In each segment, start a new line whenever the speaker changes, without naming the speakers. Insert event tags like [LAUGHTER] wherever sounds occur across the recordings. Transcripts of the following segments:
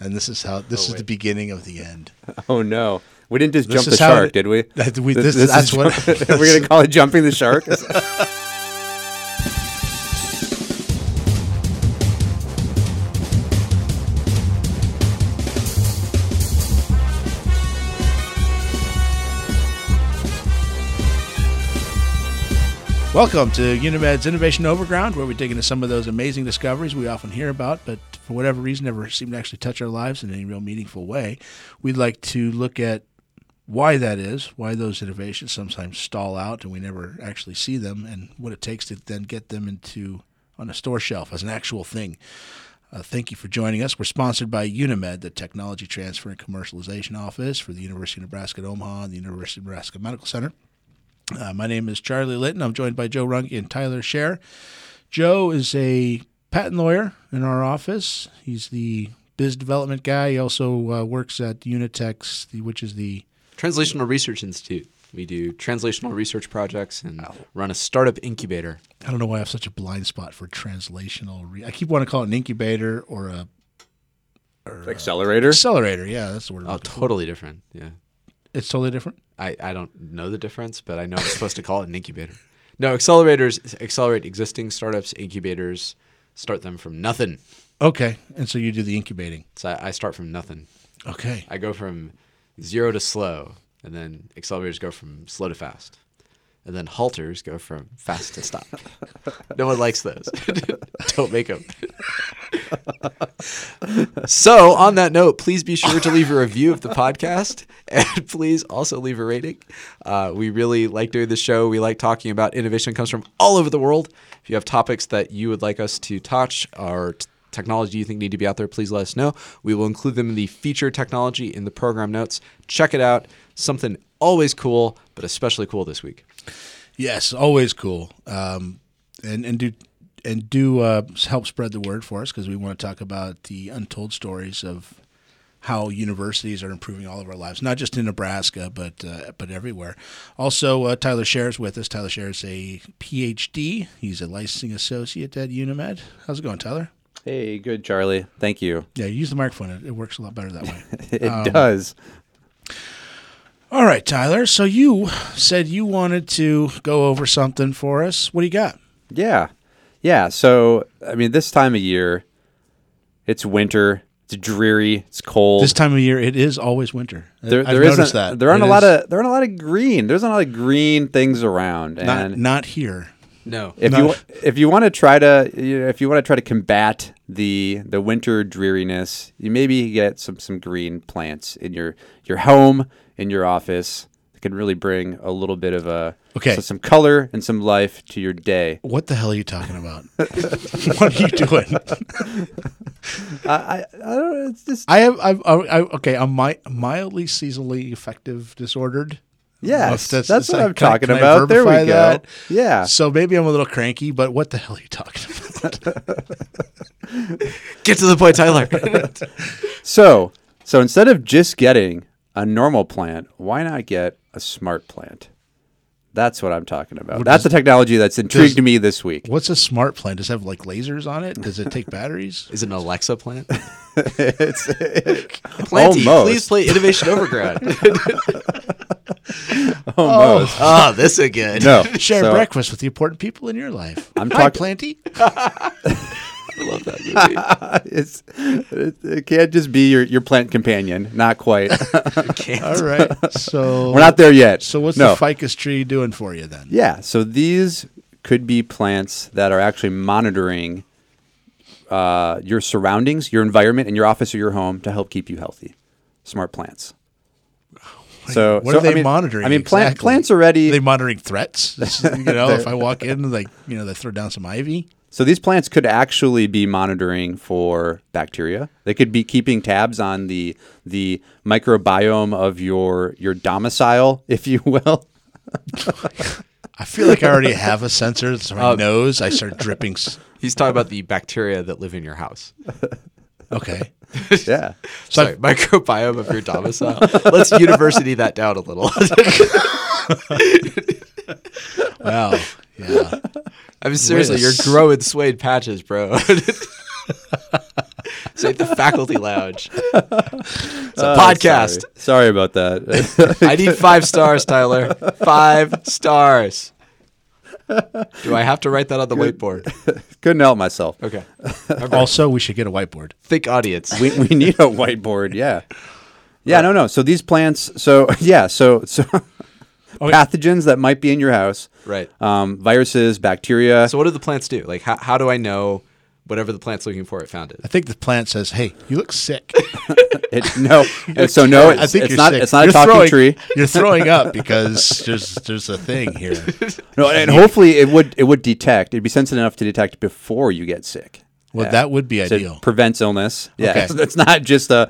and this is how this is the beginning of the end.
Oh no, we didn't just
This
jump the
is how
shark,
it-
did we?
[LAUGHS] that we- this- that's
[LAUGHS]
what-
we're gonna call it jumping the shark.
Welcome to Unimed's Innovation Overground, where we dig into some of those amazing discoveries we often hear about, but for whatever reason never seem to actually touch our lives in any real meaningful way. We'd like to look at why that is, why those innovations sometimes stall out and we never actually see them, and what it takes to then get them into on a store shelf as an actual thing. Uh, thank you for joining us. We're sponsored by Unimed, the Technology Transfer and Commercialization Office for the University of Nebraska at Omaha and the University of Nebraska Medical Center. Uh, my name is Charlie Litton. I'm joined by Joe Runge and Tyler Scher. Joe is a patent lawyer in our office. He's the biz development guy. He also uh, works at Unitex, the- which is the
Translational Research Institute. We do translational research projects and run a startup incubator.
I don't know why I have such a blind spot for translational. Re- I keep wanting to call it an incubator or a
Accelerator.
accelerator. Yeah, that's the word. I'm
Oh,
looking for.
totally different. Yeah.
It's totally different.
I, I don't know the difference, but I know I'm supposed to call it an incubator. No, accelerators accelerate existing startups, incubators start them from nothing.
Okay, and so you do the incubating.
So I, I start from nothing.
Okay,
I go from zero to slow, and then accelerators go from slow to fast. And then halters go from fast to stop. no one likes those. [LAUGHS] Don't make them. so, on that note, please be sure to leave a review of the podcast [LAUGHS] and please also leave a rating. Uh, we really like doing the show. We like talking about innovation that comes from all over the world. If you have topics that you would like us to touch or t- technology you think need to be out there, please let us know. We will include them in the feature technology in the program notes. Check it out. Something always cool, but especially cool this week.
yes, always cool. Um, and and do and do uh, help spread the word for us because we want to talk about the untold stories of how universities are improving all of our lives, not just in Nebraska, but uh, but everywhere. Also, uh, Tyler Shares with us. Tyler Shares a PhD. He's a licensing associate at Unimed. How's it going, Tyler?
Hey, good Charlie. Thank you. [LAUGHS]
Yeah, use the microphone. It, it works a lot better that way.
It
Um,
does.
[LAUGHS] All right, Tyler. So you said you wanted to go over something for us. What do you got?
Yeah. Yeah. So, I mean, this time of year, it's winter. It's dreary. It's cold.
This time of year, it is always winter.
there,
I've
there
noticed
isn't-
that.
There aren't
It
a lot
is
of there aren't a lot of green. There's not a lot of green things around. And
not, not here.
No.
if
no.
you if you want to try to you know, if you want to try to combat the the winter dreariness, you maybe get some some green plants in your your home in your office. It can really bring a little bit of a
Okay.
so some color and some life to your day.
What the hell are you talking about? [LAUGHS] what are you doing?
I, I, I don't. It's just
I have, I've, I, I, okay, I'm mi- mildly seasonally affective disordered.
yes,
Well,
that's,
if
what
I-
I'm
can I-
talking
can I
about. There we
verbify
go.
that?
Yeah.
So maybe I'm a little cranky, but what the hell are you talking about? [LAUGHS]
Get to the point, Tyler. [LAUGHS]
So so instead of just getting a normal plant, why not get a smart plant? That's what I'm talking about. that's the technology that's intrigued me this week.
What's a smart plant? Does it have like lasers on it? Does it take
[LAUGHS]
batteries?
Is it an Alexa plant?
[LAUGHS]
it's it,
Planty,
almost,
please play Innovation Overground.
[LAUGHS] almost.
Ah, this again.
No,
Share
so
breakfast with the important people in your life.
I'm
Hi,
talk-
Planty.
I love that movie.
It's, it, it can't just be your, your plant companion. Not
[LAUGHS]
quite.
All right.
[LAUGHS]
So
We're not there yet.
So what's
no.
the ficus tree doing for you then?
Yeah. So these could be plants that are actually monitoring uh, your surroundings, your environment, and your office or your home to help keep you healthy. Smart plants. So
What
so,
are they
I mean,
monitoring?
I mean, plant,
exactly?
plants already.
Are they monitoring threats? [LAUGHS] It's,
[LAUGHS]
you know, if I walk in, like you know, they throw down some ivy.
So these plants could actually be monitoring for bacteria. They could be keeping tabs on the the microbiome of your your domicile, [LAUGHS] if you will.
I feel like I already have a sensor. It's my
Uh,
nose. I start dripping. s-
[LAUGHS] He's talking about the bacteria that live in your house.
Okay. [LAUGHS]
yeah.
So
Sorry, microbiome of your domicile. Let's university that down a little. [LAUGHS]
Wow. Yeah.
[LAUGHS] I mean, seriously, you're growing suede patches, bro. Say the faculty lounge. It's a
Oh,
podcast.
Sorry. Sorry about that. [LAUGHS]
I need five stars, Tyler. Five stars. Do I have to write that on the whiteboard?
Couldn't help myself.
Okay.
Also, we should get a whiteboard.
Thick audience.
we, we need a whiteboard. Yeah. Yeah. No. No. So these plants. So [LAUGHS] yeah. So
[LAUGHS]
so
Oh, yeah.
pathogens that might be in your house.
[LAUGHS] Right.
Um, viruses, bacteria.
So what do the plants do? Like how, how do I know whatever the plant's looking for it found
I
it?
think the plant says, "Hey, you look sick."
It, no. and so no. It's,
I think
it's
[LAUGHS] you're
not.
sick.
It's not
You're
a talking
throwing-
tree.
You're throwing
[LAUGHS]
up because there's there's a thing here.
No. And hopefully it would it would detect. It'd be sensitive enough to detect before you get sick.
Well,
Yeah.
that would be
So [LAUGHS]
ideal.
it prevents illness. Yeah,
Okay.
it's, [LAUGHS] it's not just a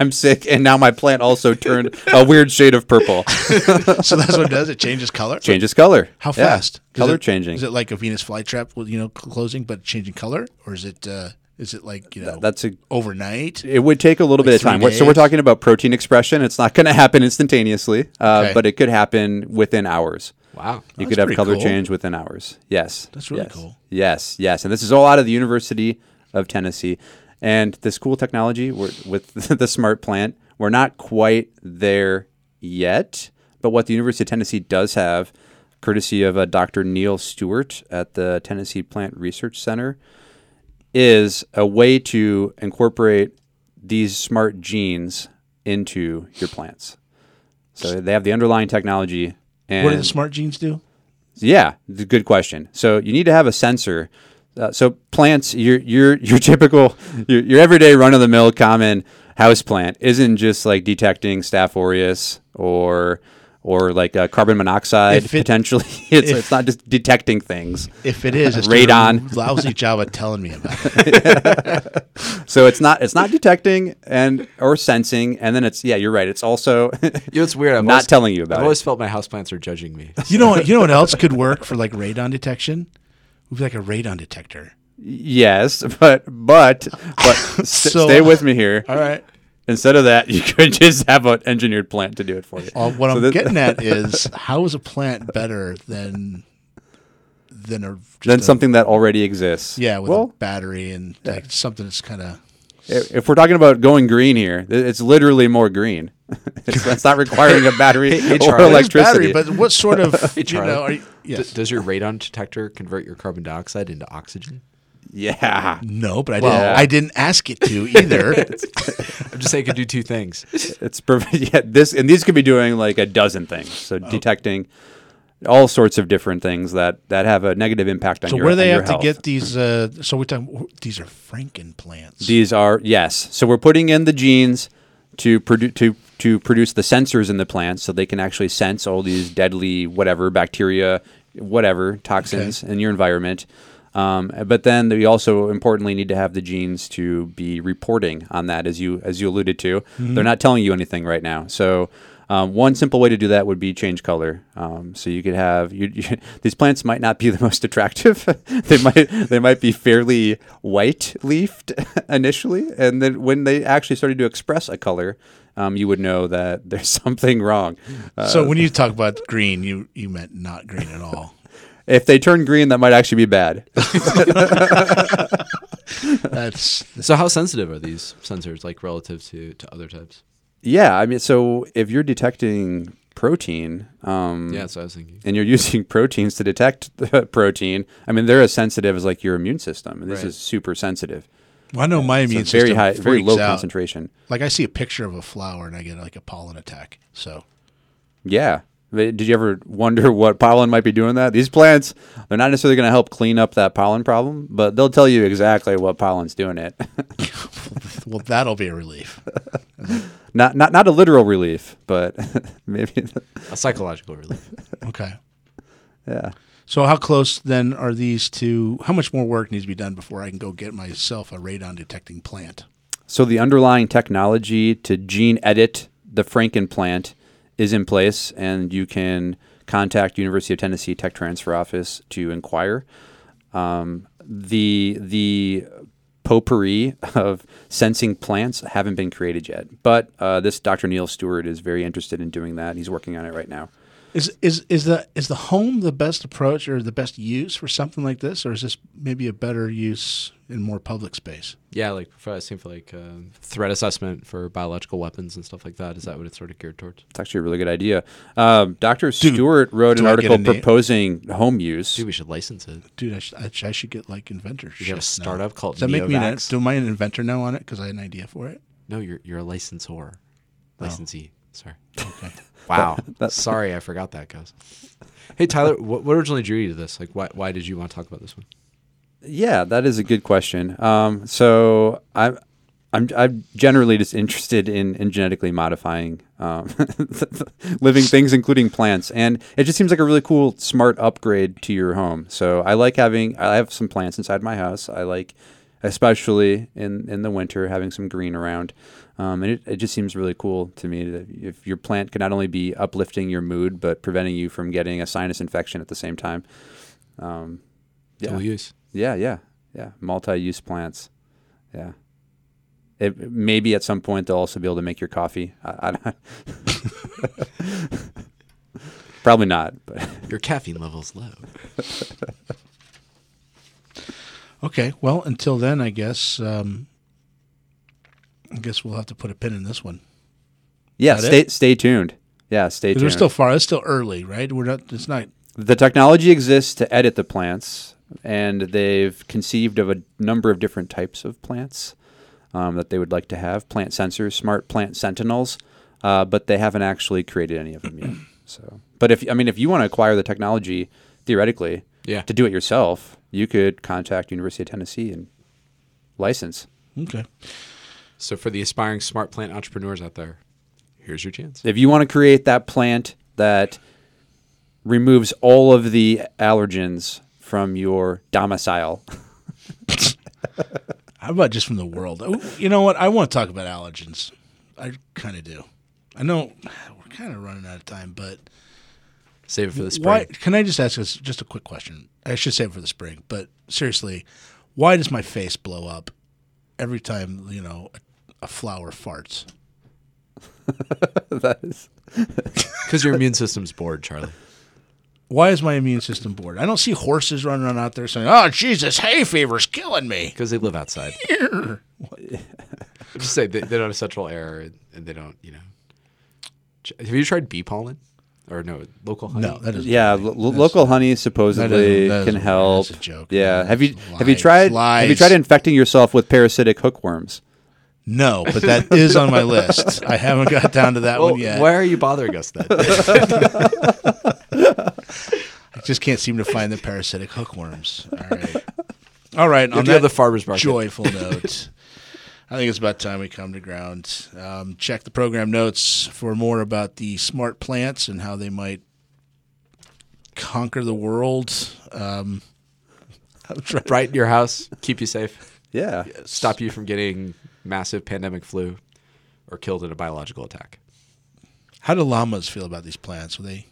I'm sick and now my plant also turned a weird shade of purple.
so that's what it does. It changes color.
Changes color.
How
Yeah.
fast? Is
Color
it-
changing.
Is it like a Venus flytrap, with, you know, cl- closing but changing color, or is it uh, is it like you know
That's a
overnight?
It would take a little bit of
three
time. We're- So we're
days?
talking about protein expression. It's not going to [LAUGHS] happen instantaneously, uh,
Okay.
but it could happen within hours.
Wow.
You
That's
could have
pretty
color
cool.
change within hours. Yes.
That's really
Yes.
cool.
Yes, yes. And this is all out of the University of Tennessee. And this cool technology we're, with [LAUGHS] the smart plant, we're not quite there yet. But what the University of Tennessee does have, courtesy of uh, Dr. Neil Stewart at the Tennessee Plant Research Center, is a way to incorporate these smart genes into your plants. So they have the underlying technology. And
What do the smart genes do?
yeah, it's a good question. So you need to have a sensor. Uh, so plants, your your [LAUGHS] your typical your, your everyday run of the mill common house plant isn't just like detecting Staph aureus or or like uh, carbon monoxide
If it-
potentially. [LAUGHS] It's
if-
it's not just detecting things.
If it is, it's
Radon.
doing a Lousy job of telling me about it.
So it's not it's not detecting and or sensing. And then it's yeah, you're right. It's also [LAUGHS]
You know, it's weird. I'm
Not telling you about
I've
it.
always felt my houseplants are
[LAUGHS]
judging me.
You know, what, you know what else could work for like radon detection? Would be like a radon detector.
yes, but but but
[LAUGHS]
s-
So-
stay with me here.
All right.
Instead of that, [LAUGHS] you could just have an engineered plant to do it for you.
Well, Uh, what
So
I'm
that- [LAUGHS]
getting at is how is a plant better than than a just
than
a-
something that already exists.
yeah with
well,
a battery and like something that's kind of
i- if we're talking about going green here, th- it's literally more green. [LAUGHS] it's, that's not requiring a
[LAUGHS]
battery or
Charlie.
battery,
electricity.
but what sort
[LAUGHS]
of you
Charlie.
know? Are you,
D-
yes.
does your radon detector convert your carbon dioxide into oxygen?
yeah,
no, but I
Well-
didn't. I didn't ask it
[LAUGHS]
to either.
I'm just saying it could do two things. [LAUGHS]
it's prov- [LAUGHS] yeah, this and these could be doing like a dozen things. So
Oh.
detecting all sorts of different things that that have a negative impact on
so
your.
where they
on your
have to
health.
get these? Uh, so we're talking. These are Franken plants.
These are yes. So we're putting in the genes to produce to to produce the sensors in the plants, so they can actually sense all these deadly whatever bacteria, whatever toxins in your environment. Um, but then we also importantly need to have the genes to be reporting on that, as you as you alluded to. They're not telling you anything right now, so. Um, one simple way to do that would be change color. Um, so you could have you, [LAUGHS] you, these plants might not be the most attractive. [LAUGHS] they might they might be fairly white leafed [LAUGHS] initially, and then when they actually started to express a color, um, you would know that [LAUGHS] there's something wrong. Uh,
so when you talk about green, you you meant not green at
[LAUGHS]
all.
if they turn green, that might actually be bad. [LAUGHS]
That's
so how sensitive are these sensors, like relative to, to other types?
yeah, I mean, so if you're detecting protein, um,
Yeah, that's what I was thinking.
and you're [LAUGHS] using proteins to detect [LAUGHS] the protein, I mean, they're as sensitive as like your immune system, and this
Right.
is super sensitive.
well, I know my
So
immune
it's very
system
high, very
freaks
low
out.
concentration.
Like I see a picture of a flower and I get like a pollen attack. So [LAUGHS]
Yeah. But Did you ever wonder [LAUGHS] what pollen might be doing that? These plants, they're not necessarily going to help clean up that pollen problem, but they'll tell you exactly what pollen's doing it. [LAUGHS]
well, that'll be a relief.
not, not, not a literal relief, but [LAUGHS] maybe.
A psychological relief.
Okay.
Yeah.
So how close then are these to? How much more work needs to be done before I can go get myself a radon detecting plant?
So the underlying technology to gene edit the Franken plant is in place, and you can contact University of Tennessee Tech Transfer Office to inquire. Um, the the potpourri of sensing plants haven't been created yet, but uh, this Dr. Neil Stewart is very interested in doing that. He's working on it right now.
Is is is the is the home the best approach or the best use for something like this, or is this maybe a better use in more public space?
Yeah, like for, it seems like um, threat assessment for biological weapons and stuff like that. Is that what it's sort of geared towards?
It's actually a really good idea. Um, Dr. Stewart wrote an
do I get
article
a name?
proposing home use.
Dude, we should license it.
Dude, I, sh- I, sh- I should get like inventor.
You have a
shit now.
startup called
Does that make me an,
Neovax?
do am I an inventor now on it? Because I had an idea for it.
No, you're you're a licensor, licensee. Sorry.
Oh.
[LAUGHS]
Okay. [LAUGHS]
Wow. Sorry, I forgot that, guys. Hey Tyler, what, what originally drew you to this? Like, why why did you want to talk about this one?
Yeah, that is a good question. Um, so I'm, I'm, I'm generally just interested in, in genetically modifying um, [LAUGHS] living things, including plants, and it just seems like a really cool, smart upgrade to your home. So I like having, I have some plants inside my house. I like, especially in in the winter, having some green around. Um, and it, it just seems really cool to me that if your plant can not only be uplifting your mood, but preventing you from getting a sinus infection at the same time. Um, Yeah.
Dual use.
yeah, yeah, yeah. Multi-use plants. Yeah. It, maybe at some point they'll also be able to make your coffee. I, I
[LAUGHS]
don't [LAUGHS] Probably not, but [LAUGHS]
Your caffeine level's low.
Okay. Well, until then, I guess. Um, I guess we'll have to put a pin in this one.
yeah.
That it?
Stay stay tuned. Yeah, stay
'Cause
tuned.
We're still far. It's still early, right? We're not. It's not.
the technology exists to edit the plants, and they've conceived of a number of different types of plants um, that they would like to have plant sensors, smart plant sentinels, uh, but they haven't actually created any of them yet. [CLEARS THROAT] So, but if I mean, if you want to acquire the technology theoretically
Yeah.
to do it yourself, you could contact University of Tennessee and license.
Okay.
So for the aspiring smart plant entrepreneurs out there, here's your chance.
If you want to create that plant that removes all of the allergens from your domicile.
How about just from the world? Oh, You know what? I want to talk about allergens. I kind of do. I know [SIGHS] we're kind of running out of time, but
Save it for the spring.
[LAUGHS] why? Can I just ask us just a quick question? I should save it for the spring, but seriously, why does my face blow up every time you know a, a flower farts?
that is
Because your immune system's bored, Charlie.
Why is my immune system bored? I don't see horses running around out there saying, "Oh Jesus, hay fever's killing me."
Because they
[LAUGHS]
live outside. Just say they, they don't have central air and, and they don't, you know. Ch- Have you tried bee pollen? Or no, local honey?
No, that is
Yeah, lo- lo- local honey supposedly
that
can
is-
help.
that's a joke.
Yeah,
That's
have you have you
lies.
tried have you
Lies.
tried infecting yourself with parasitic hookworms?
no, but that is on my list. I haven't got down to that
Well,
one yet.
why are you bothering
[LAUGHS]
us then?
I just can't seem to find the parasitic hookworms. All
[LAUGHS]
right. All right.
have
On
to have
that
the farmer's market. [LAUGHS]
joyful note, I think it's about time we come to ground. Um, check the program notes for more about the smart plants and how they might conquer the world. Um, I'm trying-
Brighten your house, keep you safe,
Yeah.
stop you from getting massive pandemic flu or killed in a biological attack.
How do llamas feel about these plants? Will
[LAUGHS]
they?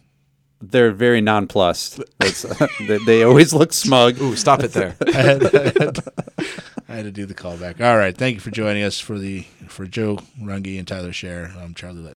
They're very nonplussed. That's, [LAUGHS] they, they always look smug.
Ooh, stop it there.
I had, I, had, I had to do the callback. All right. Thank you for joining us for the for Joe Runge and Tyler Share. I'm Charlie Litton.